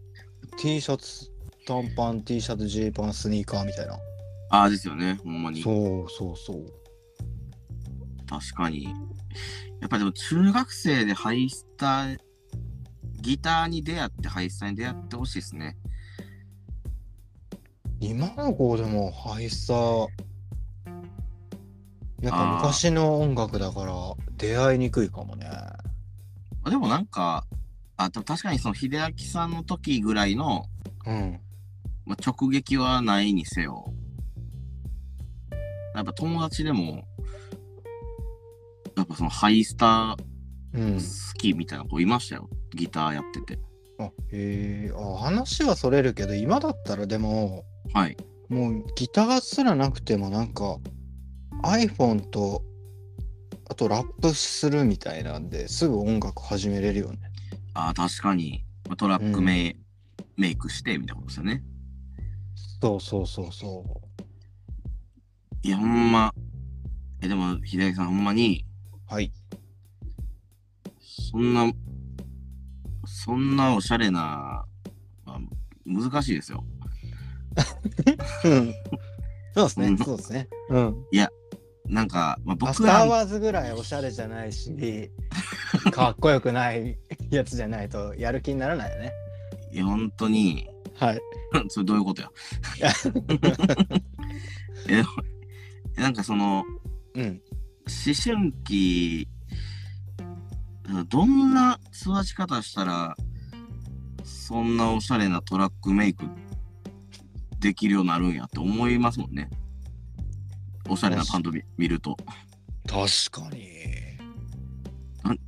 [SPEAKER 1] T シャツ短パン T シャツジーパンスニーカーみたいな
[SPEAKER 2] ああ、ですよね、ほんまに。
[SPEAKER 1] そうそうそう
[SPEAKER 2] 確かに。やっぱでも中学生でハイスタギターに出会ってハイスタに出会ってほしいですね。
[SPEAKER 1] 今の子でもハイスターやっぱ
[SPEAKER 2] あー
[SPEAKER 1] 昔の音楽だから出会いにくいかもね
[SPEAKER 2] あでもなんか、あでも確かにその秀明さんの時ぐらいの、
[SPEAKER 1] うん
[SPEAKER 2] まあ、直撃はないにせよ、やっぱ友達でも、やっぱそのハイスタ
[SPEAKER 1] うん
[SPEAKER 2] 好きみたいな子いましたよ。ギターやってて。
[SPEAKER 1] あへえあ話はそれるけど今だったらでも
[SPEAKER 2] はい。
[SPEAKER 1] もうギターすらなくてもなんか iPhone とあとラップするみたいなんですぐ音楽始めれるよね
[SPEAKER 2] ああ、確かに。まあトラックメイ,、メイクしてみたいなことですよね。
[SPEAKER 1] そうそうそうそう
[SPEAKER 2] いや、ほんま。え、でも、秀明さん、ほんまに、
[SPEAKER 1] はい
[SPEAKER 2] そんな、そんなおしゃれな、まあ、難しいですよ。
[SPEAKER 1] うんそうです
[SPEAKER 2] う
[SPEAKER 1] ね
[SPEAKER 2] ん
[SPEAKER 1] そうですねうん
[SPEAKER 2] なんか、まあ、
[SPEAKER 1] アス
[SPEAKER 2] 僕
[SPEAKER 1] ター・
[SPEAKER 2] ら、
[SPEAKER 1] ワーズぐらいおしゃれじゃない しかっこよくないやつじゃないとやる気にならないよね
[SPEAKER 2] いや本当に、
[SPEAKER 1] はい
[SPEAKER 2] それどういう ことや。 え、でもえなんかその、
[SPEAKER 1] うん
[SPEAKER 2] 思春期、どんな育ち方したら、そんなおしゃれなトラックメイクできるようになるんやって思いますもんね。おしゃれなバンド見見ると。
[SPEAKER 1] 確かに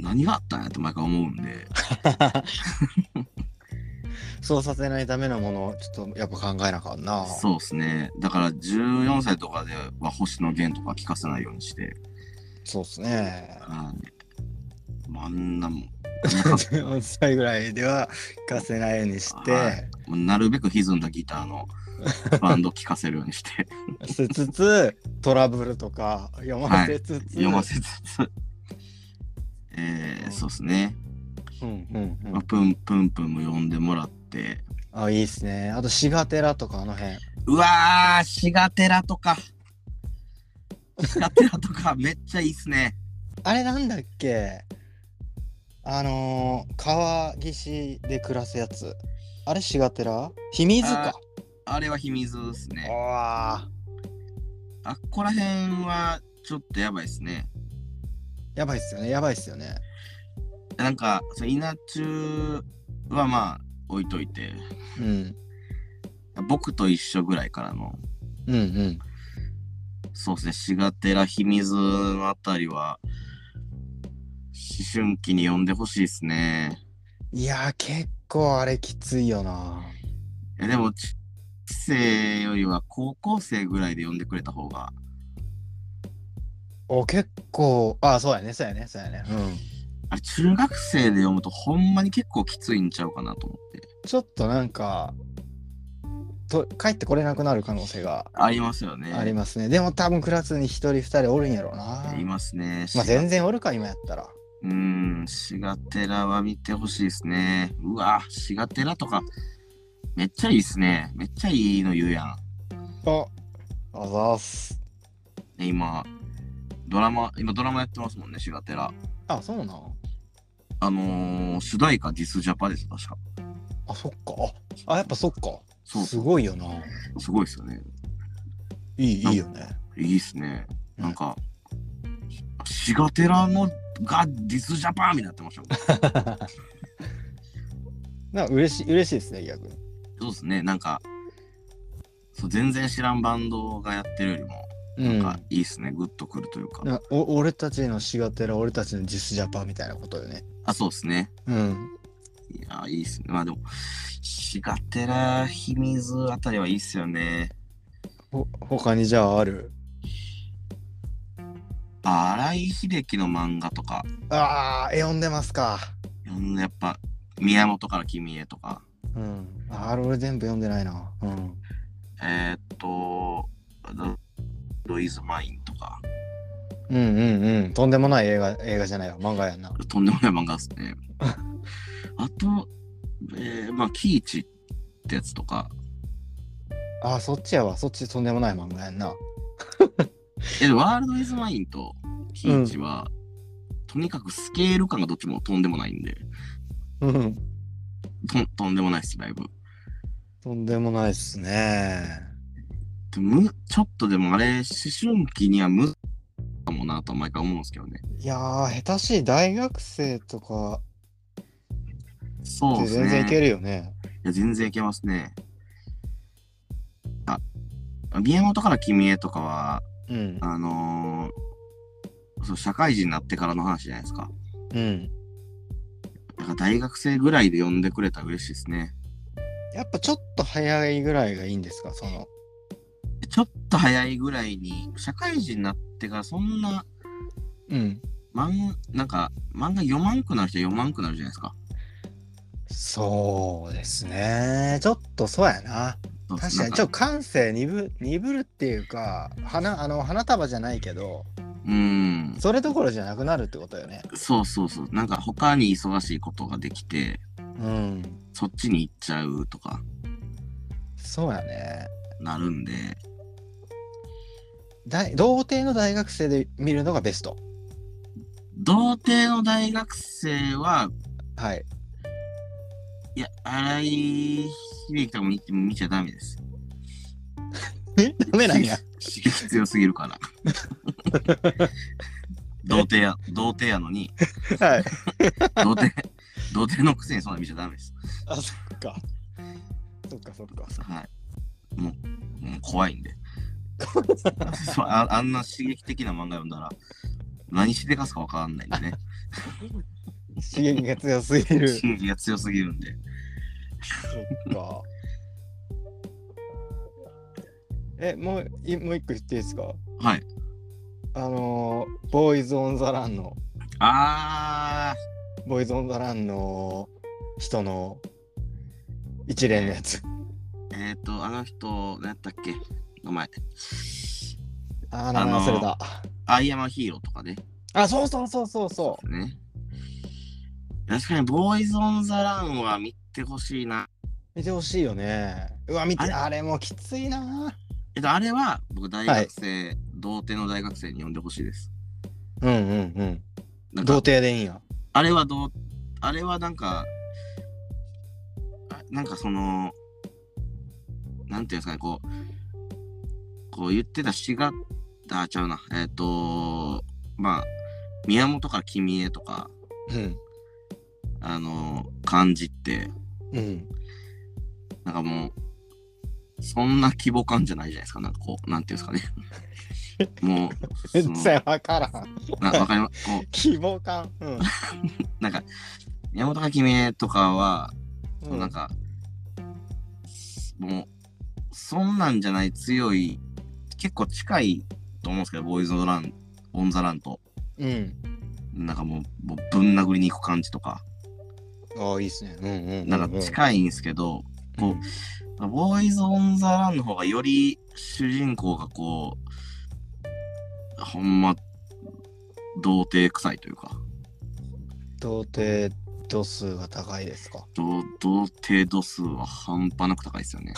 [SPEAKER 2] な何があったんやって毎回思うんで。
[SPEAKER 1] そうさせないためのものをちょっとやっぱ考えなあかんな
[SPEAKER 2] そうですね。だから14歳とかでは星野源とか聞かせないようにして。
[SPEAKER 1] そうっす ね
[SPEAKER 2] はいまああんなもん。
[SPEAKER 1] 14歳ぐらいでは聞かせないようにして、
[SPEAKER 2] はもうなるべく歪んだギターのバンド聞かせるようにして
[SPEAKER 1] しつつトラブルとか読ませつつ、
[SPEAKER 2] 読ませつつ。 えー、そうですね。
[SPEAKER 1] うんうんう
[SPEAKER 2] まあ、
[SPEAKER 1] ん、
[SPEAKER 2] プンプンプンも呼んでもらって。
[SPEAKER 1] あいいっすねあとシガテラとかあの辺
[SPEAKER 2] うわー、シガテラとか。シガテラとか めっちゃいいっすね。
[SPEAKER 1] あれなんだっけあのー、川岸で暮らすやつ。あれ、しがてら秘密か。
[SPEAKER 2] あれは秘密ですね。
[SPEAKER 1] ああ。
[SPEAKER 2] あっこら辺はちょっとやばいですね。
[SPEAKER 1] やばいっすよね、やばいっすよね。
[SPEAKER 2] なんか、その稲中はまあ置いといて、
[SPEAKER 1] うん。
[SPEAKER 2] 僕と一緒ぐらいからの、
[SPEAKER 1] うんうん。
[SPEAKER 2] そうですね、しがてら秘密のあたりは、思春期に呼んでほしいですね。
[SPEAKER 1] いやー、結構あれきついよな。
[SPEAKER 2] いやでも、中学生よりは高校生ぐらいで呼んでくれた方が、
[SPEAKER 1] お、結構、あそうやね、そうやね、そうやね。うん。
[SPEAKER 2] あれ中学生で呼むとほんまに結構きついんちゃうかなと思って。
[SPEAKER 1] ちょっとなんか、と帰ってこれなくなる可能性が
[SPEAKER 2] ありますよね。
[SPEAKER 1] ありますね。でも多分クラスに一人二人おるんやろうな。
[SPEAKER 2] いますね。
[SPEAKER 1] まあ、全然おるか、今やったら。
[SPEAKER 2] うーん、シガテラは見てほしいですね。うわ、シガテラとか、めっちゃいいですね。めっちゃいいの言うやん。
[SPEAKER 1] あ、あざーす。
[SPEAKER 2] ね今、ドラマ、今ドラマやってますもんね、シガテラ。
[SPEAKER 1] あ、そうなん。
[SPEAKER 2] あのー、主題歌ディスジャパです、確か。
[SPEAKER 1] あそっかああやっぱそっか
[SPEAKER 2] そう
[SPEAKER 1] すごいよな
[SPEAKER 2] すごいですよね。
[SPEAKER 1] いい、いいよね。
[SPEAKER 2] いいっすね。
[SPEAKER 1] うん
[SPEAKER 2] なんか、シガテラのがディスジャパンみたいになってましたもん。
[SPEAKER 1] なんか嬉しい、嬉しいですね、逆に。
[SPEAKER 2] そうですね、なんか、そう全然知らんバンドがやってるよりも、
[SPEAKER 1] うん。
[SPEAKER 2] なんかいいっすね、グッとくるというか。
[SPEAKER 1] なお俺たちのしがてら、俺たちのジスジャパンみたいなことよね。
[SPEAKER 2] あ、そうですね。
[SPEAKER 1] うん。
[SPEAKER 2] いやー、いいっすね。まあでも、シガテラ、ヒミズあたりはいいっすよね。
[SPEAKER 1] ほ他にじゃあある
[SPEAKER 2] あ荒井秀樹の漫画とか、
[SPEAKER 1] ああ、え、読んでますか。
[SPEAKER 2] うんやっぱ、宮本から君へとか、
[SPEAKER 1] うん。ああ、俺全部読んでないな。うん。
[SPEAKER 2] えー、っと、ロイズ・マインとか、
[SPEAKER 1] うんうんうん。とんでもない映画、映画じゃないわ。漫画やんな。
[SPEAKER 2] とんでもない漫画ですね。あと、えー、まあ、キイチってやつとか、
[SPEAKER 1] ああ、そっちやわ。そっちとんでもない漫画やんな。
[SPEAKER 2] えワールド・イズ・マインとキイチは、とにかくスケール感がどっちもとんでもないんで、
[SPEAKER 1] うん。
[SPEAKER 2] ととんでもないです、だいぶ。
[SPEAKER 1] とんでもないっすね。
[SPEAKER 2] でむちょっとでもあれ、思春期にはむかもなと毎回思うんですけどね。
[SPEAKER 1] いやー、下手しい大学生とか
[SPEAKER 2] そう
[SPEAKER 1] で
[SPEAKER 2] ですね。
[SPEAKER 1] 全然いけるよね。
[SPEAKER 2] いや、全然いけますね。あ、宮本から君へとかは、
[SPEAKER 1] うん。
[SPEAKER 2] あのーそう、社会人になってからの話じゃないですか。
[SPEAKER 1] うん。
[SPEAKER 2] だから大学生ぐらいで呼んでくれたら嬉しいですね。
[SPEAKER 1] やっぱちょっと早いぐらいがいいんですか、その。
[SPEAKER 2] ちょっと早いぐらいに、社会人になってからそんな、
[SPEAKER 1] うん。
[SPEAKER 2] 漫なんか、漫画読まんくなる人は読まんくなるじゃないですか。
[SPEAKER 1] そうですね。ちょっとそうやな。
[SPEAKER 2] そう
[SPEAKER 1] 確か
[SPEAKER 2] なん
[SPEAKER 1] に、ちょっと感性鈍鈍るっていうか、花あの花束じゃないけど、
[SPEAKER 2] うん。
[SPEAKER 1] それどころじゃなくなるってことよね。
[SPEAKER 2] そうそうそう。なんか他に忙しいことができて、
[SPEAKER 1] うん。
[SPEAKER 2] そっちに行っちゃうとか、
[SPEAKER 1] そうやね。
[SPEAKER 2] なるんで、
[SPEAKER 1] 大童貞の大学生で見るのがベスト。
[SPEAKER 2] 童貞の大学生は、
[SPEAKER 1] はい。
[SPEAKER 2] いや、荒井秀樹とかも見見ちゃダメです。
[SPEAKER 1] えダメなん や。
[SPEAKER 2] 刺激強すぎるから。 童貞や、童貞やのに、
[SPEAKER 1] はい。
[SPEAKER 2] 童貞、童貞のくせにそんな見ちゃダメです。
[SPEAKER 1] あ、そっか。そっかそっか。
[SPEAKER 2] はい。もう、もう怖いんで。そうああんな刺激的な漫画読んだら、何しでかすかわかんないんでね。
[SPEAKER 1] 刺激が強すぎ る。
[SPEAKER 2] 刺激が強すぎるんで。
[SPEAKER 1] そっか。え、もういもう一個言っていいですか
[SPEAKER 2] はい。
[SPEAKER 1] あのーボーイズ・オン・ザ・ランの、
[SPEAKER 2] あー、
[SPEAKER 1] ボーイズ・オン・ザ・ランの人の一連のやつ。
[SPEAKER 2] えっ、ー、と、あの人、何やったっけ名前。
[SPEAKER 1] あー、名前忘れた。
[SPEAKER 2] アイアマヒーローとかね。
[SPEAKER 1] あ、そうそうそうそうそ
[SPEAKER 2] ね。確かに、ボーイズ・オン・ザ・ランは見てほしいな。
[SPEAKER 1] う。見てほしいよね。うわ、見て、
[SPEAKER 2] あれ
[SPEAKER 1] あれもきついな。
[SPEAKER 2] えっと、あれは、僕、大学生、童貞の大学生に呼んでほしいです。
[SPEAKER 1] うんうんう。
[SPEAKER 2] な
[SPEAKER 1] 童
[SPEAKER 2] んんか、
[SPEAKER 1] 貞でいいんや。
[SPEAKER 2] あれはどう、あれはなんか、あなんかその、なんていうんですかね、こう、こう言ってたしが、あ、ちゃうな、えっ、と、まあ、宮本から君へとか、
[SPEAKER 1] うん。
[SPEAKER 2] あの、感じって、
[SPEAKER 1] うん。
[SPEAKER 2] なんかもう、そんな規模感じゃないじゃないですか。なんかこう、なんていうんですかね。もう、そ
[SPEAKER 1] 全
[SPEAKER 2] の
[SPEAKER 1] 然わからん。
[SPEAKER 2] なわかります。こ
[SPEAKER 1] 希望感。うん。
[SPEAKER 2] う、なんか、山本かきめとかは、
[SPEAKER 1] うん
[SPEAKER 2] なんか、もう、そんなんじゃない強い、結構近いと思うんですけど、ボーイズのラン、オンザランと、
[SPEAKER 1] うん。
[SPEAKER 2] なんかもう、もうぶん殴りに行く感じとか、
[SPEAKER 1] ああ、いいっすね。うんうんうう
[SPEAKER 2] なんか近いんですけど、こうボーイズ・オン・ザ・ランの方がより主人公がこう、ほんま、童貞臭いというか、
[SPEAKER 1] 童貞度数が高いですか。
[SPEAKER 2] ど童貞度数は半端なく高いですよね。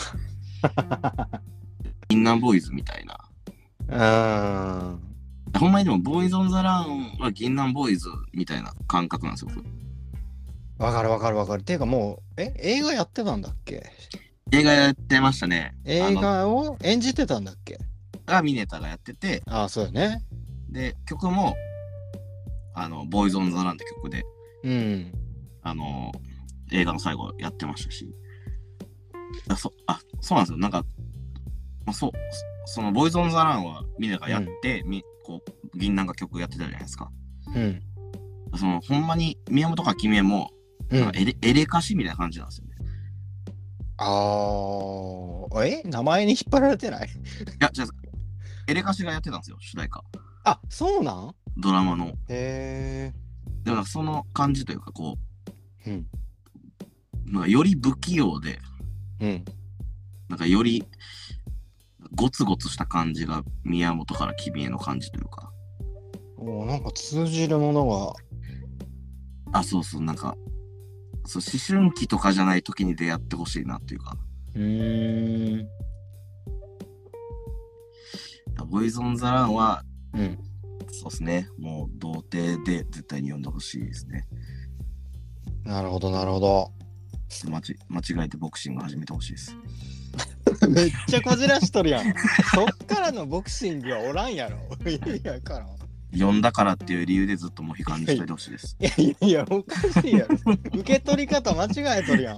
[SPEAKER 2] インナーボーイズみたいな。
[SPEAKER 1] うん。
[SPEAKER 2] ほんまにでも、ボーイズ・オン・ザ・ランは銀杏ボーイズみたいな感覚なんですよ。僕
[SPEAKER 1] わかるわかるわかる。ていうかもう、え、映画やってたんだっけ
[SPEAKER 2] 映画やってましたね。
[SPEAKER 1] 映画を演じてたんだっけ
[SPEAKER 2] あがミネタがやってて、
[SPEAKER 1] ああ、そうよね。
[SPEAKER 2] で、曲も、あの、ボーイズ・オン・ザ・ランって曲で、
[SPEAKER 1] うん。
[SPEAKER 2] あの、映画の最後やってましたし。あ、そあそうなんですよ。なんか、まあ、そう、そその、ボーイズ・オン・ザ・ランはミネがやって、みこう、銀杏が曲やってたじゃないですか。
[SPEAKER 1] うん。
[SPEAKER 2] その、ほんまに、宮本か君江も、
[SPEAKER 1] うん。
[SPEAKER 2] なんかエレエレカシみたいな感じなんですよね。
[SPEAKER 1] ああ、え名前に引っ張られてない
[SPEAKER 2] いや、じゃあ、エレカシがやってたんですよ、主題歌。
[SPEAKER 1] あ、そうなん
[SPEAKER 2] ドラマの。
[SPEAKER 1] へ
[SPEAKER 2] でもなんかその感じというか、こ
[SPEAKER 1] え。うん。
[SPEAKER 2] う、なんかより不器用で、
[SPEAKER 1] うん。
[SPEAKER 2] なんかよりゴツゴツした感じが宮本から君への感じというか。
[SPEAKER 1] おーなんか通じるものが。
[SPEAKER 2] あ、そうそう、なんか、そう思春期とかじゃない時に出会ってほしいなっていうか。
[SPEAKER 1] うーん。
[SPEAKER 2] ボーイズ・オン・ザ・ランは、
[SPEAKER 1] うん。
[SPEAKER 2] そうですね、もう童貞で絶対に読んでほしいですね。
[SPEAKER 1] なるほど、なるほど。
[SPEAKER 2] 間ち間違えてボクシング始めてほしいです。
[SPEAKER 1] めっちゃこじらしとるやん。そっからのボクシングはおらんやろ。いやいや、からん。
[SPEAKER 2] 読んだからっていう理由でずっともう悲観にしていてほしいです。
[SPEAKER 1] いやいやいや、おかしいやろ。受け取り方間違えとるやん。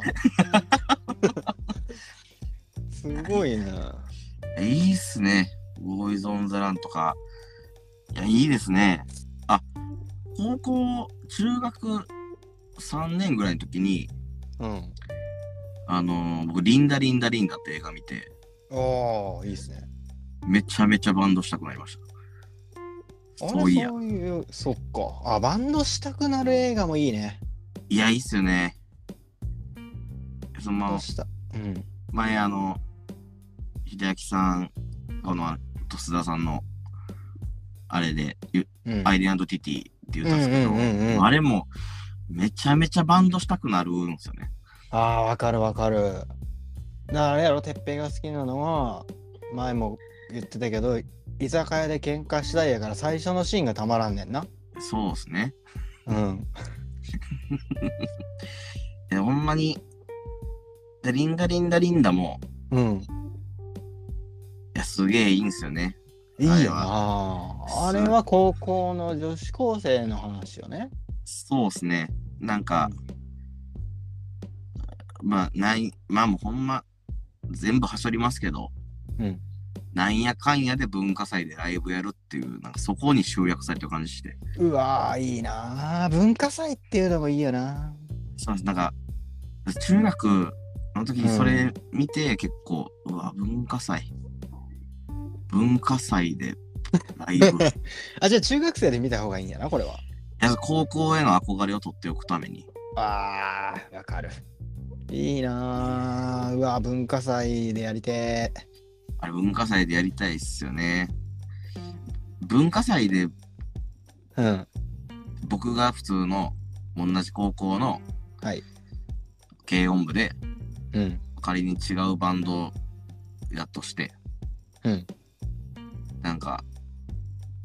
[SPEAKER 1] すごいな。
[SPEAKER 2] えいいっすね。ボーイズ・オン・ザ・ランとか。いや、いいですね。あ、高校、中学3年ぐらいの時に、
[SPEAKER 1] うん。
[SPEAKER 2] あのー僕、リンダ・リンダ・リンダって映画見て、
[SPEAKER 1] おー、いいっすね。
[SPEAKER 2] めちゃめちゃバンドしたくなりました。
[SPEAKER 1] あれ
[SPEAKER 2] そういや
[SPEAKER 1] そういう、そっか。あ、バンドしたくなる映画もいいね。
[SPEAKER 2] いや、いいっすよね。
[SPEAKER 1] ど
[SPEAKER 2] そ
[SPEAKER 1] う
[SPEAKER 2] の、
[SPEAKER 1] した。うん。
[SPEAKER 2] 前、あの、秀明さん、この、と須田さんの、あれで、ゆ
[SPEAKER 1] うん。
[SPEAKER 2] アイデンティティって言ったんですけど、
[SPEAKER 1] うんうんうんうん
[SPEAKER 2] あれも、めちゃめちゃバンドしたくなるんですよね。
[SPEAKER 1] あー、わかるわかる。だからあれやろ、てっぺいが好きなのは、前も言ってたけど、居酒屋で喧嘩したいやから最初のシーンがたまらんねんな。
[SPEAKER 2] そうですね。
[SPEAKER 1] うん。
[SPEAKER 2] いやほんまに、でリンダリンダリンダも、
[SPEAKER 1] うん。
[SPEAKER 2] いや、すげえいいんすよね。
[SPEAKER 1] いいよ
[SPEAKER 2] あれ
[SPEAKER 1] な
[SPEAKER 2] は
[SPEAKER 1] あれは高校の女子高生の話よね。
[SPEAKER 2] そうですね。なんか、まあ、ない、まあもうほんま、全部はしょりますけど、
[SPEAKER 1] うん
[SPEAKER 2] なんやかんやで文化祭でライブやるっていう、なんかそこに集約されてる感じして。
[SPEAKER 1] うわーいいなあ文化祭っていうのもいいよな
[SPEAKER 2] そうなんです。なんか、中学の時にそれ見て、結構、うわ、文化祭。文化祭でライブ。い
[SPEAKER 1] あじゃあ中学生で見た方がいいんやなこれは。
[SPEAKER 2] や高校への憧れを取っておくために。
[SPEAKER 1] あーわかる。いいなあうわ文化祭でやりてえ
[SPEAKER 2] あれ文化祭でやりたいっすよね。文化祭で
[SPEAKER 1] うん。
[SPEAKER 2] 僕が普通の同じ高校の
[SPEAKER 1] はい。
[SPEAKER 2] 軽音部で
[SPEAKER 1] うん。
[SPEAKER 2] 仮に違うバンドだとして、
[SPEAKER 1] うん
[SPEAKER 2] なんか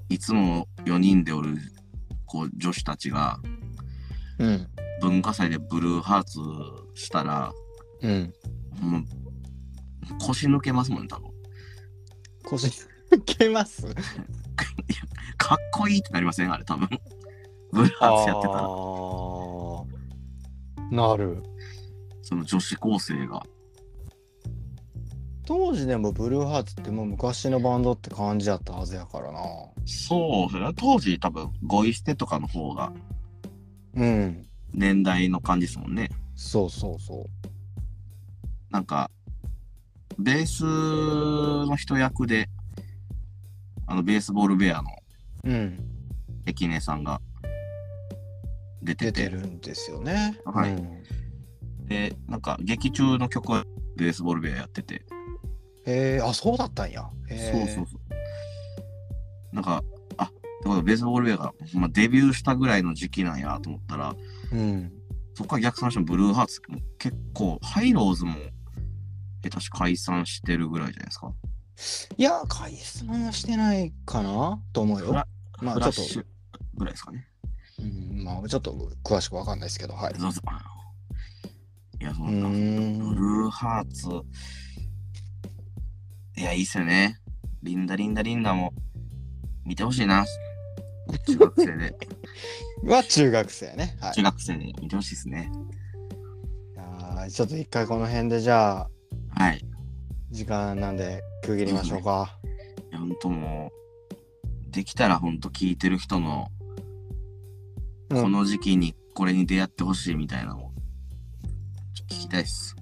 [SPEAKER 2] いつも4人でおるこう女子たちが
[SPEAKER 1] うん。
[SPEAKER 2] 文化祭でブルーハーツしたら
[SPEAKER 1] うん。
[SPEAKER 2] もう腰抜けますもんね多分。
[SPEAKER 1] 腰受けます
[SPEAKER 2] かっこいいってなりませんあれ多分。ブルーハーツやってたら
[SPEAKER 1] あーなる。
[SPEAKER 2] その女子高生が。
[SPEAKER 1] 当時でもブルーハーツってもう昔のバンドって感じだったはずやからな
[SPEAKER 2] そうですね。当時多分、ゴイ捨てとかの方が
[SPEAKER 1] うん。
[SPEAKER 2] 年代の感じですもんね。
[SPEAKER 1] そうそうそう。
[SPEAKER 2] なんか、ベースの人役で、あの、ベースボールベアの
[SPEAKER 1] うん、
[SPEAKER 2] 関根さんが出て
[SPEAKER 1] 出
[SPEAKER 2] て、
[SPEAKER 1] てるんですよね。
[SPEAKER 2] はい
[SPEAKER 1] うん
[SPEAKER 2] で、なんか、劇中の曲はベースボールベアやってて、
[SPEAKER 1] へえ、あ、そうだったんや。へ
[SPEAKER 2] そうそうそう。なんか、あ、ってことはベースボールベアが、まあ、デビューしたぐらいの時期なんやと思ったら、
[SPEAKER 1] う。うん。
[SPEAKER 2] そこから逆算してもブルーハーツも結構、ハイローズも下手し解散してるぐらいじゃないですか。
[SPEAKER 1] いや、解散はしてないかなと思う
[SPEAKER 2] フ
[SPEAKER 1] よ
[SPEAKER 2] ラ。
[SPEAKER 1] まあ
[SPEAKER 2] フ
[SPEAKER 1] ちょ
[SPEAKER 2] ラッ
[SPEAKER 1] っと、
[SPEAKER 2] シュぐらいですかね。
[SPEAKER 1] うん、まあちょっと詳しくわかんないですけど、はい。
[SPEAKER 2] どうぞ。いや、そうう
[SPEAKER 1] ー
[SPEAKER 2] なんだ。ブ
[SPEAKER 1] ん。
[SPEAKER 2] ルーハーツ。いや、いいっすよね。リンダリンダリンダも見てほしいな。中学生で、
[SPEAKER 1] は中学生ね。はい
[SPEAKER 2] 中。学生で見てほしいですね。
[SPEAKER 1] あーちょっと一回この辺でじゃあ、
[SPEAKER 2] はい。
[SPEAKER 1] 時間なんで区切りましょうか。
[SPEAKER 2] いや、ほんともう、できたらほんと聞いてる人の、
[SPEAKER 1] うん
[SPEAKER 2] この時期にこれに出会ってほしいみたいなのを、ちょっと聞きたいっす。